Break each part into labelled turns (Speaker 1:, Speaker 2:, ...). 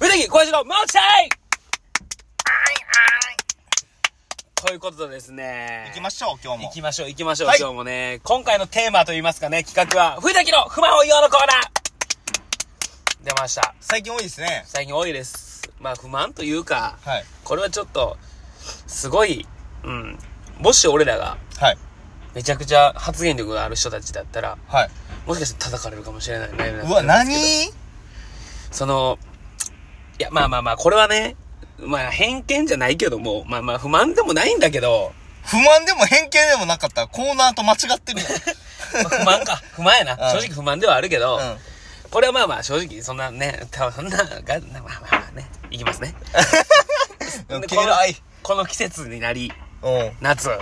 Speaker 1: ひ、小林のモークシャイということでですね。
Speaker 2: 行きましょう、今日も
Speaker 1: 行。きましょう、行きましょう、
Speaker 2: はい
Speaker 1: 今日もね。今回のテーマといいますかね、企画は、冬滝の不満を言おうのコーナー出ました。
Speaker 2: 最近多いですね。
Speaker 1: 最近多いです。まあ、不満というか、
Speaker 2: はい。
Speaker 1: これはちょっと、すごい、うん。もし俺らが、
Speaker 2: はい。
Speaker 1: めちゃくちゃ発言力がある人たちだったら、
Speaker 2: はい。
Speaker 1: もしかしたら叩かれるかもしれないね。
Speaker 2: うわ、
Speaker 1: なん
Speaker 2: 何
Speaker 1: ですけどその、いや、まあまあまあ、これはね、まあ、偏見じゃないけども、まあまあ、不満でもないんだけど、
Speaker 2: 不満でも偏見でもなかったらコーナーと間違 ってるやん。
Speaker 1: まあ不満 か。不満やな。
Speaker 2: う
Speaker 1: 正
Speaker 2: ん
Speaker 1: 直不満ではあるけど、
Speaker 2: うん
Speaker 1: これはまあまあ正直、そんなね、たそんなが、まあまあまあね、いきますね。
Speaker 2: うん
Speaker 1: でこの
Speaker 2: 嫌い。
Speaker 1: この季節になり、
Speaker 2: うん。
Speaker 1: 夏、
Speaker 2: うん。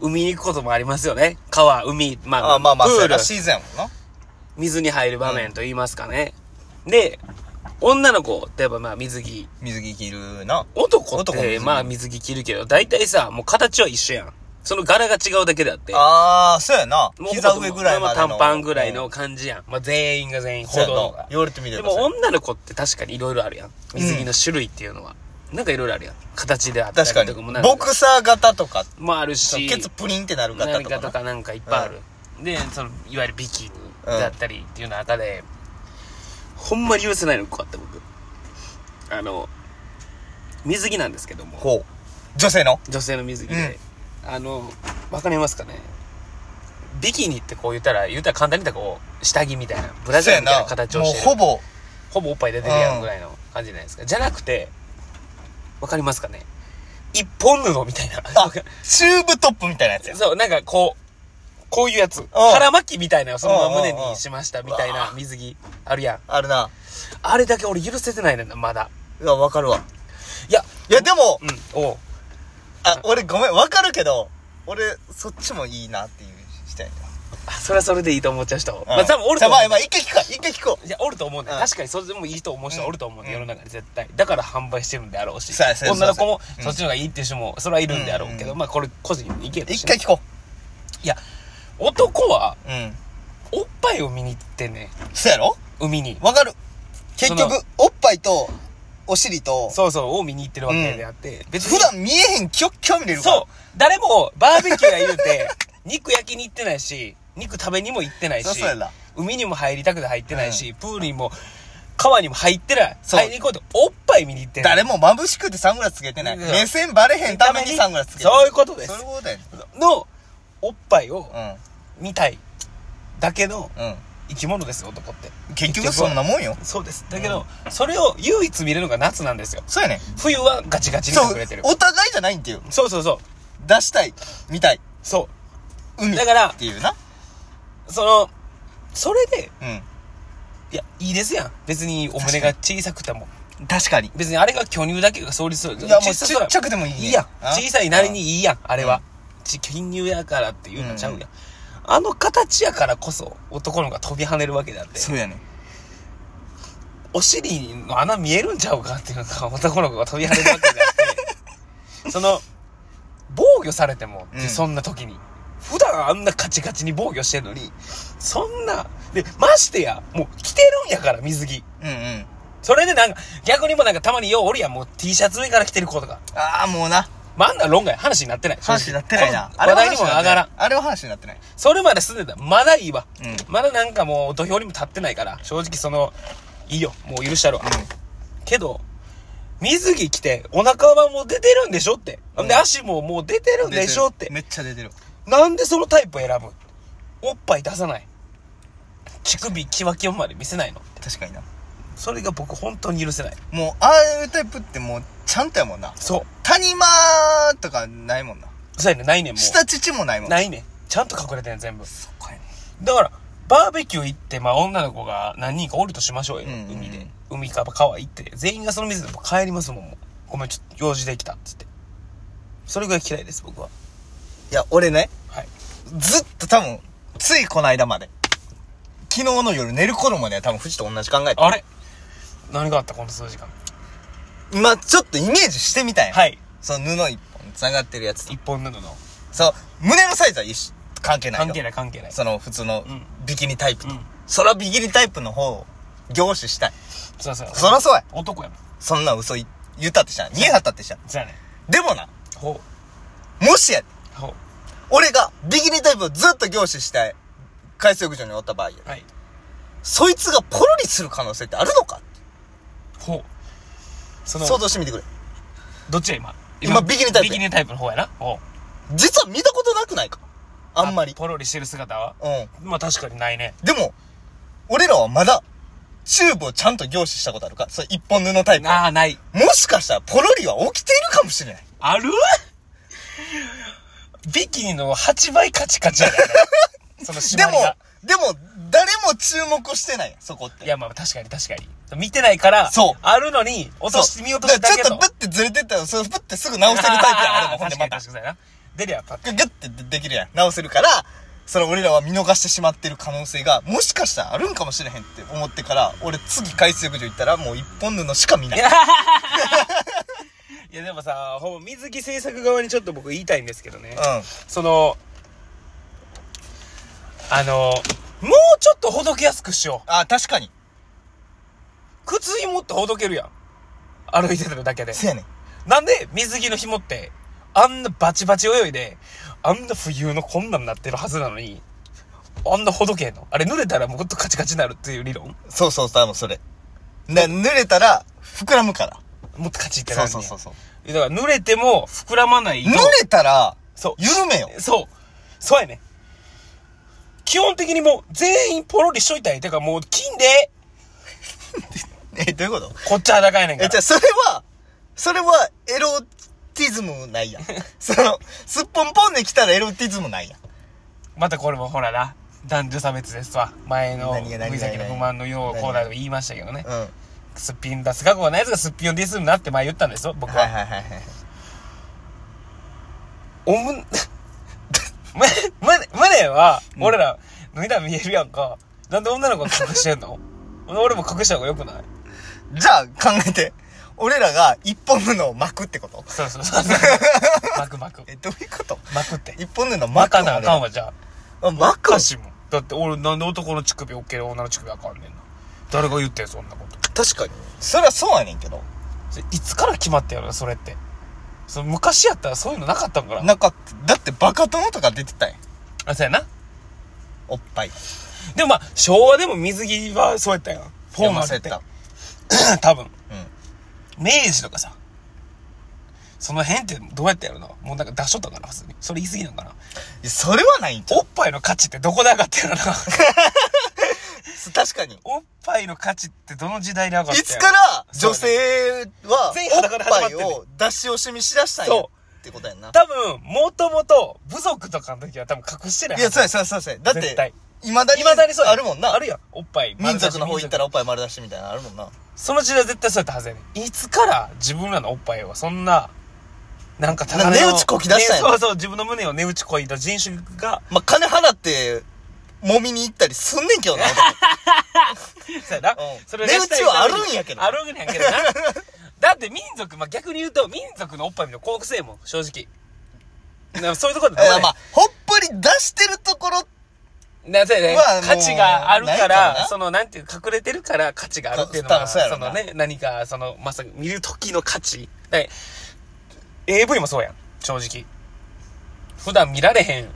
Speaker 1: 海に行くこともありますよね。川、海、まあ、
Speaker 2: あまあまあ、
Speaker 1: プ
Speaker 2: そう
Speaker 1: ー
Speaker 2: や
Speaker 1: ル
Speaker 2: な、シーズンやもんな。
Speaker 1: 水に入る場面と言いますかね。で、女の子ってやっぱまあ水着、
Speaker 2: 水着着るな。
Speaker 1: 男っ
Speaker 2: 男も水
Speaker 1: て
Speaker 2: 着
Speaker 1: まあ水着着るけど、大体さ、もう形は一緒やん。その柄が違うだけであって。
Speaker 2: ああ、そうやな。
Speaker 1: もう
Speaker 2: 膝上ぐらいまでの。
Speaker 1: 短パンぐらいの感じやん。まあ全員が全員
Speaker 2: そ
Speaker 1: 歩
Speaker 2: うや
Speaker 1: 道
Speaker 2: な
Speaker 1: が。。
Speaker 2: 言われてみれ
Speaker 1: で
Speaker 2: ば
Speaker 1: も
Speaker 2: そうやな。
Speaker 1: 女の子って確かにいろいろあるやん。水着の種類っていうのは。なんかいろいろあるやん。形であった
Speaker 2: 確か
Speaker 1: りとかもな
Speaker 2: に。
Speaker 1: んか
Speaker 2: ボクサー型とか、
Speaker 1: もあるし、
Speaker 2: ケツプリンってなる型
Speaker 1: 何
Speaker 2: と
Speaker 1: かと
Speaker 2: か
Speaker 1: かなんかいっぱいある。で、その、いわゆるビキニだったりっていう中で、ほんまに許せないのこうあって僕。あの、水着なんですけど
Speaker 2: な。
Speaker 1: も、
Speaker 2: ほう。女性の
Speaker 1: 女性の水着で、あの、わかりますかねビキニってこう言ったら、言ったら簡単に言ったらこう、下着みたいな、ブラジ
Speaker 2: そう
Speaker 1: ャー
Speaker 2: や
Speaker 1: みたい
Speaker 2: な。
Speaker 1: な形を
Speaker 2: も
Speaker 1: し
Speaker 2: う
Speaker 1: てる。
Speaker 2: ほぼ、
Speaker 1: ほぼおっぱい出てるやんぐらいの感じじゃないですか。じゃなくて、わかりますかね一本布みたいな。
Speaker 2: あ、チューブトップみたいなやつ や。
Speaker 1: そう、なんかこう、こういうやつ。腹巻きみたいなのそのまま胸にしましたみたいな水着あるやん。
Speaker 2: あるな。
Speaker 1: あれだけ俺許せてないねんな、まだ。
Speaker 2: うわ、わかるわ。
Speaker 1: いや、
Speaker 2: いや、でも、
Speaker 1: うん、おう
Speaker 2: あ、俺ごめん、わかるけど、俺、そっちもいいなっていう、したいな。
Speaker 1: あそれはそれでいいと思っちゃう人。
Speaker 2: うん
Speaker 1: まあ多分おる
Speaker 2: じ
Speaker 1: と
Speaker 2: ゃ
Speaker 1: 思
Speaker 2: あま
Speaker 1: う
Speaker 2: あ、まあ、一回聞こう。一回聞こう。
Speaker 1: いや、おると思うねん。
Speaker 2: うん
Speaker 1: 確かにそれでもいいと思う人はおると思うねん、
Speaker 2: うん
Speaker 1: 世の中で絶対。だから販売してるんであろうし。
Speaker 2: そうやそうや
Speaker 1: 女の子も
Speaker 2: そうやうん
Speaker 1: そっちの方がいいっていう人も、それはいるんであろうけ
Speaker 2: うん
Speaker 1: ど、
Speaker 2: う
Speaker 1: まあこれ個人の意見とし
Speaker 2: 一
Speaker 1: てね
Speaker 2: 回聞こ
Speaker 1: いや、男は、
Speaker 2: う。うん。
Speaker 1: おっぱいを見に行ってんねん。
Speaker 2: そうやろ
Speaker 1: 海に。
Speaker 2: わかる。
Speaker 1: そ
Speaker 2: 結局、おっぱいと、お尻と、
Speaker 1: そうそう、を見に行ってるわけであって。別
Speaker 2: 普段見えへんきょ、興味出るから。
Speaker 1: そう。誰も、バーベキューや言うて、 肉焼きに行ってないし、肉食べにも行ってない
Speaker 2: そう
Speaker 1: し
Speaker 2: そうやな、
Speaker 1: 海にも入りたくて入ってないし、プールにも、川にも入ってない。
Speaker 2: そう
Speaker 1: 入りに行こうと、おっぱい見に行ってんねん
Speaker 2: 誰も眩しくてサングラスつけてない。
Speaker 1: うん
Speaker 2: 目線バレへんためにサングラスつけてる
Speaker 1: そういうことです
Speaker 2: そういうことやね
Speaker 1: の、おっぱいを
Speaker 2: う
Speaker 1: 見たい。だけの
Speaker 2: ん。うん。
Speaker 1: 生き物ですよ、男って。
Speaker 2: 結
Speaker 1: 結
Speaker 2: 局
Speaker 1: 局
Speaker 2: そんなもんよ。
Speaker 1: そうです。だけど、それを唯一見れるのが夏なんですよ。
Speaker 2: そうやねん。
Speaker 1: 冬はガチガチに
Speaker 2: そう
Speaker 1: 隠れてる。。
Speaker 2: お互いじゃないんだよ。
Speaker 1: そうそうそう。
Speaker 2: 出したい。見たい。
Speaker 1: そ
Speaker 2: 海。
Speaker 1: だから
Speaker 2: っていうな。
Speaker 1: う。その、それで、
Speaker 2: うん。
Speaker 1: いや、いいですやん。別にお胸が小さくても。
Speaker 2: 確かに。
Speaker 1: 別にあれが巨乳だけが成立する。
Speaker 2: いや、も
Speaker 1: 小
Speaker 2: う
Speaker 1: さ
Speaker 2: ち
Speaker 1: そう
Speaker 2: っ
Speaker 1: や
Speaker 2: ちゃくてもいいね。
Speaker 1: いいやん。
Speaker 2: あ
Speaker 1: 小さいなりにいいやん、あれは。ち巨乳やからっていうのちゃうやん。あの形やからこそ男の子が飛び跳ねるわけだって。
Speaker 2: そうやねん。
Speaker 1: お尻の穴見えるんちゃうかっていうのが男の子が飛び跳ねるわけであ って。その、防御されてもって、
Speaker 2: うん
Speaker 1: そんな時に。普段あんなカチカチに防御してるのに、そんな、で、ましてや、もう着てるんやから水着。
Speaker 2: うんうん。
Speaker 1: それでなんか、逆にもなんかたまにようおるやん、もう T シャツ上から着てる子とか。
Speaker 2: ああ、もうな。
Speaker 1: まあ、あんな論外、話になってない。
Speaker 2: 話になってないな。
Speaker 1: この話題にも上がらん。
Speaker 2: あれは話になってない。
Speaker 1: それまで住んでたらまだいいわ。
Speaker 2: うん
Speaker 1: まだなんかもう土俵にも立ってないから、正直その、いいよ、もう許したるわ。けど、水着着て、お腹はもう出てるんでしょって。
Speaker 2: うん
Speaker 1: で、足ももう出てるんでしょって。
Speaker 2: 出るめっちゃ出てる。
Speaker 1: なんでそのタイプ選ぶおっぱい出さない。乳首キワキワまで見せないの。
Speaker 2: 確かにな。
Speaker 1: それが僕本当に許せない。
Speaker 2: もう、ああいうタイプってもう、ちゃんとやもんな。
Speaker 1: そう。
Speaker 2: 谷間とかないもんな。
Speaker 1: そうやねんないねんもう。
Speaker 2: 下乳もないもん。
Speaker 1: ないねんちゃんと隠れてん全部。
Speaker 2: そこやね。
Speaker 1: だから、バーベキュー行って、まあ女の子が何人かおるとしましょうよ。
Speaker 2: うんうんうん
Speaker 1: 海で。海か川行って。全員がその水で帰りますもん、もうごめん、ちょっと用事できた。つって。それぐらい嫌いです、僕は。
Speaker 2: いや、俺ね、
Speaker 1: はい。
Speaker 2: ずっと多分、ついこの間まで。昨日の夜寝る頃までは多分、富士と同じ考えて。
Speaker 1: あれ何があったこの数時間。
Speaker 2: 今、ちょっとイメージしてみたんや。
Speaker 1: はい。
Speaker 2: その布一本繋がってるやつと。
Speaker 1: 一本布の。
Speaker 2: そう、胸のサイズは一緒。関係ないよ。
Speaker 1: 関係ない関係ない。
Speaker 2: その、普通の
Speaker 1: うん、
Speaker 2: ビキニタイプと。
Speaker 1: うん
Speaker 2: そらビキニタイプの方凝視したい。
Speaker 1: そうそう
Speaker 2: そらそうや。
Speaker 1: 男やもん
Speaker 2: そんな嘘い言ったってした。見えはったってした。
Speaker 1: じゃあね
Speaker 2: でもな、
Speaker 1: ほ
Speaker 2: もしやで、
Speaker 1: うほ
Speaker 2: 俺がビキニタイプをずっと凝視したい。海水浴場におった場合や
Speaker 1: うはい
Speaker 2: そいつがポロリする可能性ってあるのか
Speaker 1: ほうその
Speaker 2: 想像してみてくれ。
Speaker 1: どっちや今
Speaker 2: 今ビキニタイプ
Speaker 1: ビキニタイプの方やなほう
Speaker 2: 実は見たことなくないかあんまり。
Speaker 1: ポロリしてる姿は
Speaker 2: うん。
Speaker 1: まあ確かにないね
Speaker 2: でも、俺らはまだ、チューブをちゃんと凝視したことあるかそれ一本布タイプ。
Speaker 1: ああない
Speaker 2: もしかしたらポロリは起きているかもしれない。
Speaker 1: あるビキニの8倍カチカチやね その
Speaker 2: で
Speaker 1: 縛
Speaker 2: も
Speaker 1: りが、
Speaker 2: でも、誰も注目してないやんそこっ
Speaker 1: い
Speaker 2: て。
Speaker 1: やまあ確かに確かに見てないから
Speaker 2: そう
Speaker 1: あるのに落として見落として
Speaker 2: だ
Speaker 1: だ
Speaker 2: か
Speaker 1: け
Speaker 2: らちょっと
Speaker 1: と
Speaker 2: ブッてずれてったら、それブッてすぐ直せるタイプや ん。あれもほん
Speaker 1: 確
Speaker 2: で
Speaker 1: か
Speaker 2: ま
Speaker 1: に
Speaker 2: た。
Speaker 1: 確かにな出りゃパッ
Speaker 2: グッてできるやん。直せるから、それ俺らは見逃してしまってる可能性が、もしかしたらあるんかもしれへんって思ってから、俺次海水浴場行ったらもう一本布しか見ない。
Speaker 1: いやでもさほぼ水着制作側にちょっと僕言いたいんですけどね
Speaker 2: うん。
Speaker 1: そのあのもうちょっとほどけやすくしよう
Speaker 2: あ、確かに。
Speaker 1: 靴紐ってほどけるやん歩いてるだけで
Speaker 2: せやねん。
Speaker 1: なんで水着の紐って、あんなバチバチ泳いで、あんな冬のこんなんなってるはずなのに、あんなほどけんのあれ濡れたらもっとカチカチになるっていう理論
Speaker 2: そうそう、多分それ。な、濡れたら、膨らむから。
Speaker 1: もっとカチってな
Speaker 2: そ
Speaker 1: る
Speaker 2: う
Speaker 1: ね
Speaker 2: そうそうそう。
Speaker 1: だから濡れても膨らまないと。
Speaker 2: 濡れたら、
Speaker 1: そう。
Speaker 2: 緩 めよ。
Speaker 1: そう。そうやね。基本的にもう全員ポロリしといたい。だからもう金で、
Speaker 2: え、どういうこと
Speaker 1: こっち裸やねんか
Speaker 2: え、
Speaker 1: ら
Speaker 2: じゃ。あそれは、それは、エロティズムない やん。その、すっぽんぽんで来たらエロティズムないやん。
Speaker 1: またこれもほらな、男女差別ですわ。前の、
Speaker 2: 何が何が
Speaker 1: 無崎の不満のようコーナーでも言いましたけどね。
Speaker 2: うん。はい
Speaker 1: すっぴん出す覚悟はないやつがすっぴんをディスるなって前言ったんですよ、僕
Speaker 2: はい
Speaker 1: は。
Speaker 2: はいはい。
Speaker 1: おむん、 む、む、胸は、俺ら、脱いだら見えるやんか。なんで女の子が隠してんの 俺も隠した方がよくない
Speaker 2: じゃあ、考えて。俺らが一本布を巻くってこと
Speaker 1: そうそう そうそう。巻く巻く。
Speaker 2: え、どういうこと
Speaker 1: 巻くって。
Speaker 2: 一本布
Speaker 1: 巻
Speaker 2: 巻く
Speaker 1: か
Speaker 2: の
Speaker 1: なあ
Speaker 2: 俺
Speaker 1: からんわ、じゃあ。
Speaker 2: あ巻く
Speaker 1: かしもん。だって俺、なんで男の乳首 OK で女の乳首あかんねんな。誰が言ってん、そんなこと。
Speaker 2: 確かに。それはそうやねんけど。
Speaker 1: それいつから決まったんやろ、それって。その昔やったらそういうのなかったんかな。
Speaker 2: なんか、だってバカ殿とか出てたやん。
Speaker 1: あ、そうやな。
Speaker 2: おっぱい。
Speaker 1: でもまあ、昭和でも水着はそうやったやん。フォーマルって。
Speaker 2: 読ま
Speaker 1: 多分。
Speaker 2: せた。うん。
Speaker 1: 明治とかさ、その辺ってどうやってやるのもうなんか出しとったんかな、普通に。それ言い過ぎなんかな。
Speaker 2: いやそれはないんちゃう
Speaker 1: おっぱいの価値ってどこで上がったやろ な。
Speaker 2: 確かに。
Speaker 1: おっぱいの価値ってどの時代で上がったん
Speaker 2: い
Speaker 1: や
Speaker 2: つから女性は
Speaker 1: 全員
Speaker 2: お
Speaker 1: 裸で
Speaker 2: っ
Speaker 1: 始ま
Speaker 2: ぱ
Speaker 1: って
Speaker 2: い
Speaker 1: んねん
Speaker 2: を出し惜しみしだしたんや
Speaker 1: そう
Speaker 2: ってことやんな。
Speaker 1: 多分、もともと部族とかの時は多分隠してない
Speaker 2: い
Speaker 1: は
Speaker 2: や、
Speaker 1: ず。
Speaker 2: そうや、そうや、そうや。だっ
Speaker 1: 絶
Speaker 2: て
Speaker 1: 対、
Speaker 2: 未だに、
Speaker 1: 未だにそうや
Speaker 2: あるもんな。
Speaker 1: あるやん。おっぱい。
Speaker 2: 民族の方行った
Speaker 1: ら。
Speaker 2: らおっぱい丸出しみたいなのあるもんな。
Speaker 1: その時代は絶対そうやったはずやねんいつから自分らのおっぱいはそんな、なんか高
Speaker 2: な値打ちこき出したんやろ
Speaker 1: ねそうそう、自分の胸を値打ちこいた人種が、
Speaker 2: まあ、金払って、揉みに行ったりすんねんけど な。俺
Speaker 1: そうやな
Speaker 2: うん。
Speaker 1: それを出したい
Speaker 2: 値打ちはあるんやけど
Speaker 1: あるんやけどな。だって民族、まあ、逆に言うと、民族のおっぱいみたいな幸福性もん、正直。なそういうところで
Speaker 2: いや まあ、ほっぽり出してるところ、
Speaker 1: なそうやね
Speaker 2: まあもう
Speaker 1: 価値があるか
Speaker 2: ないから
Speaker 1: ら、
Speaker 2: な
Speaker 1: その、なんていう、隠れてるから価値があるっていうのは、
Speaker 2: たそうやろな
Speaker 1: のね、何か、その、まさに見る時の価値。だい AV もそうやん、正直。普段見られへん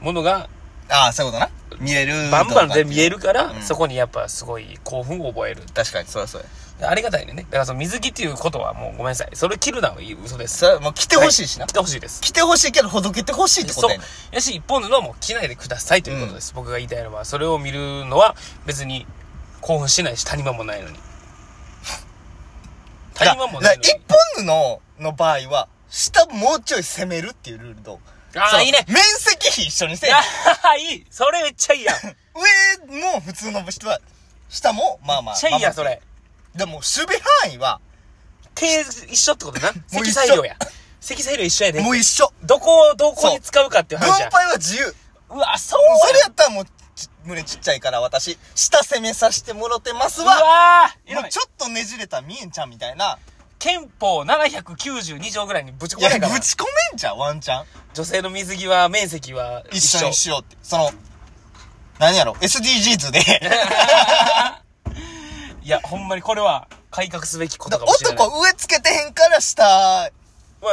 Speaker 1: ものが、
Speaker 2: ああ、そういうことな。見える。
Speaker 1: バンバンで見えるか
Speaker 2: う
Speaker 1: ら、
Speaker 2: ん
Speaker 1: そこにやっぱすごい興奮を覚える。
Speaker 2: 確かに、そうや、そうや。
Speaker 1: ありがたいねんね。だからその水着っていうことはもうごめんなさい。それ切るのはいい嘘です。
Speaker 2: それはもう来てほしいしな。
Speaker 1: 来てほしいです。
Speaker 2: 来てほしいけど、ほどけてほしいってこ
Speaker 1: そ
Speaker 2: と
Speaker 1: う
Speaker 2: やねん。。
Speaker 1: やし、一本布はもう着ないでくださいということです。僕が言いたいのは、それを見るのは別に興奮しないし、谷間もないのに。谷間もないの
Speaker 2: だから
Speaker 1: に。
Speaker 2: 一本布の場合は、下もうちょい攻めるっていうルールと、
Speaker 1: あ
Speaker 2: そ
Speaker 1: あ、
Speaker 2: の
Speaker 1: いいね。
Speaker 2: 面積比一緒にせえ。
Speaker 1: ああ、いい。それめっちゃいいやん。めっ
Speaker 2: 上も普通の人は、下も、 まあまあ。
Speaker 1: ちゃいいやん、そ
Speaker 2: まあ
Speaker 1: れ。
Speaker 2: まあでも、守備範囲は、
Speaker 1: 手一緒ってことな。
Speaker 2: もう
Speaker 1: 積
Speaker 2: 一緒
Speaker 1: 載量や。積載量一緒やで。
Speaker 2: もう一緒。
Speaker 1: どこをどこに使うかっていう
Speaker 2: 分
Speaker 1: 話や。
Speaker 2: 配は自由。
Speaker 1: うわ、そう
Speaker 2: それ
Speaker 1: や
Speaker 2: やったらもう、ち胸ちっちゃいから私、下攻めさせてもろてます
Speaker 1: う
Speaker 2: わ。
Speaker 1: わーいら
Speaker 2: もう
Speaker 1: ない
Speaker 2: ちょっとねじれたみえんちゃんみたいな。
Speaker 1: 憲法792条ぐらいにぶち込
Speaker 2: い
Speaker 1: まな
Speaker 2: や、
Speaker 1: いかな
Speaker 2: ぶち込めんじゃん、ワンチャン。
Speaker 1: 女性の水着は面積は
Speaker 2: 一
Speaker 1: 一
Speaker 2: 緒
Speaker 1: 緒
Speaker 2: にしようって。その、何やろ、SDGs で。
Speaker 1: いや、ほんまにこれは改革すべきことか
Speaker 2: だか
Speaker 1: も
Speaker 2: ら
Speaker 1: しれない。
Speaker 2: 男植え付けてへんからした
Speaker 1: は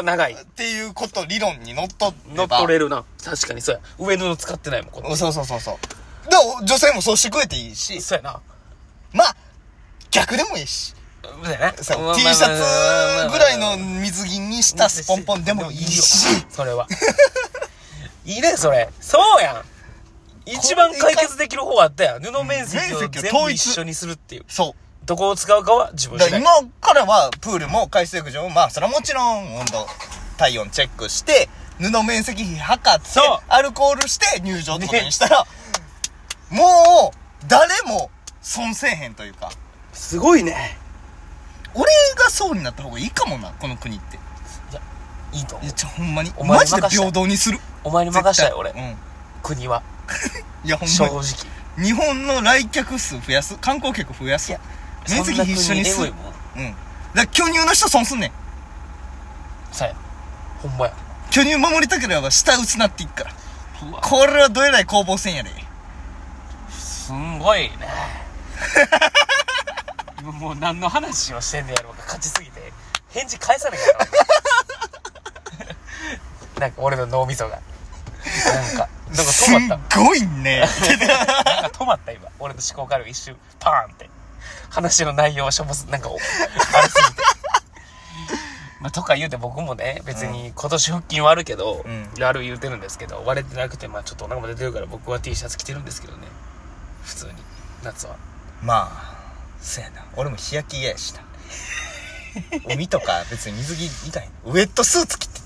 Speaker 1: 長い。
Speaker 2: っていうこと理論にのっとって
Speaker 1: 乗っ取れるな。確かにそうや。上布使ってないもん、この。
Speaker 2: そうそうそうそうだから女性もそうしてくれていいし
Speaker 1: そうやな。
Speaker 2: まあ逆でもいいし
Speaker 1: そうやな。
Speaker 2: さ
Speaker 1: まあまあまあ
Speaker 2: T シャツぐらいの
Speaker 1: まあまあまあ
Speaker 2: 水着にしたスポンポンでもいいし
Speaker 1: それは。いいね、それ。そうやん。一番解決できる方あったやん。布面積を全
Speaker 2: 面積を統
Speaker 1: 部
Speaker 2: 一
Speaker 1: 一緒にするっていう。
Speaker 2: そう
Speaker 1: どこを使うかは自分
Speaker 2: だ
Speaker 1: 次
Speaker 2: から
Speaker 1: 第。
Speaker 2: 今からはプールも海水浴場もまあそれはもちろん温度体温チェックして布面積比測って
Speaker 1: そう
Speaker 2: アルコールして入場ってことにしたら、もう誰も損せえへんというか
Speaker 1: すごいね。
Speaker 2: 俺がそうになった方がいいかもなこの国って
Speaker 1: いいと
Speaker 2: い
Speaker 1: 思う
Speaker 2: やちょほんまに
Speaker 1: お前に
Speaker 2: マジで
Speaker 1: 任せたい
Speaker 2: 平等にする
Speaker 1: お前に任したい、
Speaker 2: 絶
Speaker 1: 俺。
Speaker 2: 対うん
Speaker 1: 国は。
Speaker 2: いやほ
Speaker 1: 正
Speaker 2: んま
Speaker 1: 直。
Speaker 2: に日本の来客数増やす観光客増やす
Speaker 1: いや
Speaker 2: 面積比一緒に
Speaker 1: そ
Speaker 2: す
Speaker 1: んな国エモい
Speaker 2: る
Speaker 1: もん。
Speaker 2: うんだから巨乳の人損すんねん
Speaker 1: そうや。ほんまや。
Speaker 2: 巨乳守りたければ下薄なっていくから
Speaker 1: うわ
Speaker 2: これはどえらい攻防戦やで。
Speaker 1: すんごいね もうもう何の話をしてんねやろうか勝ちすぎて返事返さなきゃな なんか俺の脳みそがなんかなんか
Speaker 2: す
Speaker 1: 止ま
Speaker 2: ん
Speaker 1: っ
Speaker 2: ごい ね。
Speaker 1: たなんか止まった今俺の思考回路が一瞬パーンって話の内容はしょぼすなんかおあれすぎてまあ、とか言うて僕もね別に今年腹筋はあるけど、
Speaker 2: う
Speaker 1: ある言うてるんですけど割れてなくてまあちょっとお腹も出てるから僕は T シャツ着てるんですけどね普通に夏は
Speaker 2: まあ、そうやな。俺も日焼け嫌 やした。海とか別に水着以外。ウェットスーツ着て。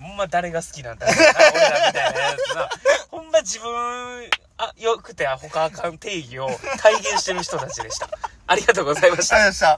Speaker 1: ほんま誰が好きなんだろうな俺らみたいなやつな。ほんま自分、あ、よくて他あかん定義を体現してる人たちでした。ありがとうございました。
Speaker 2: した。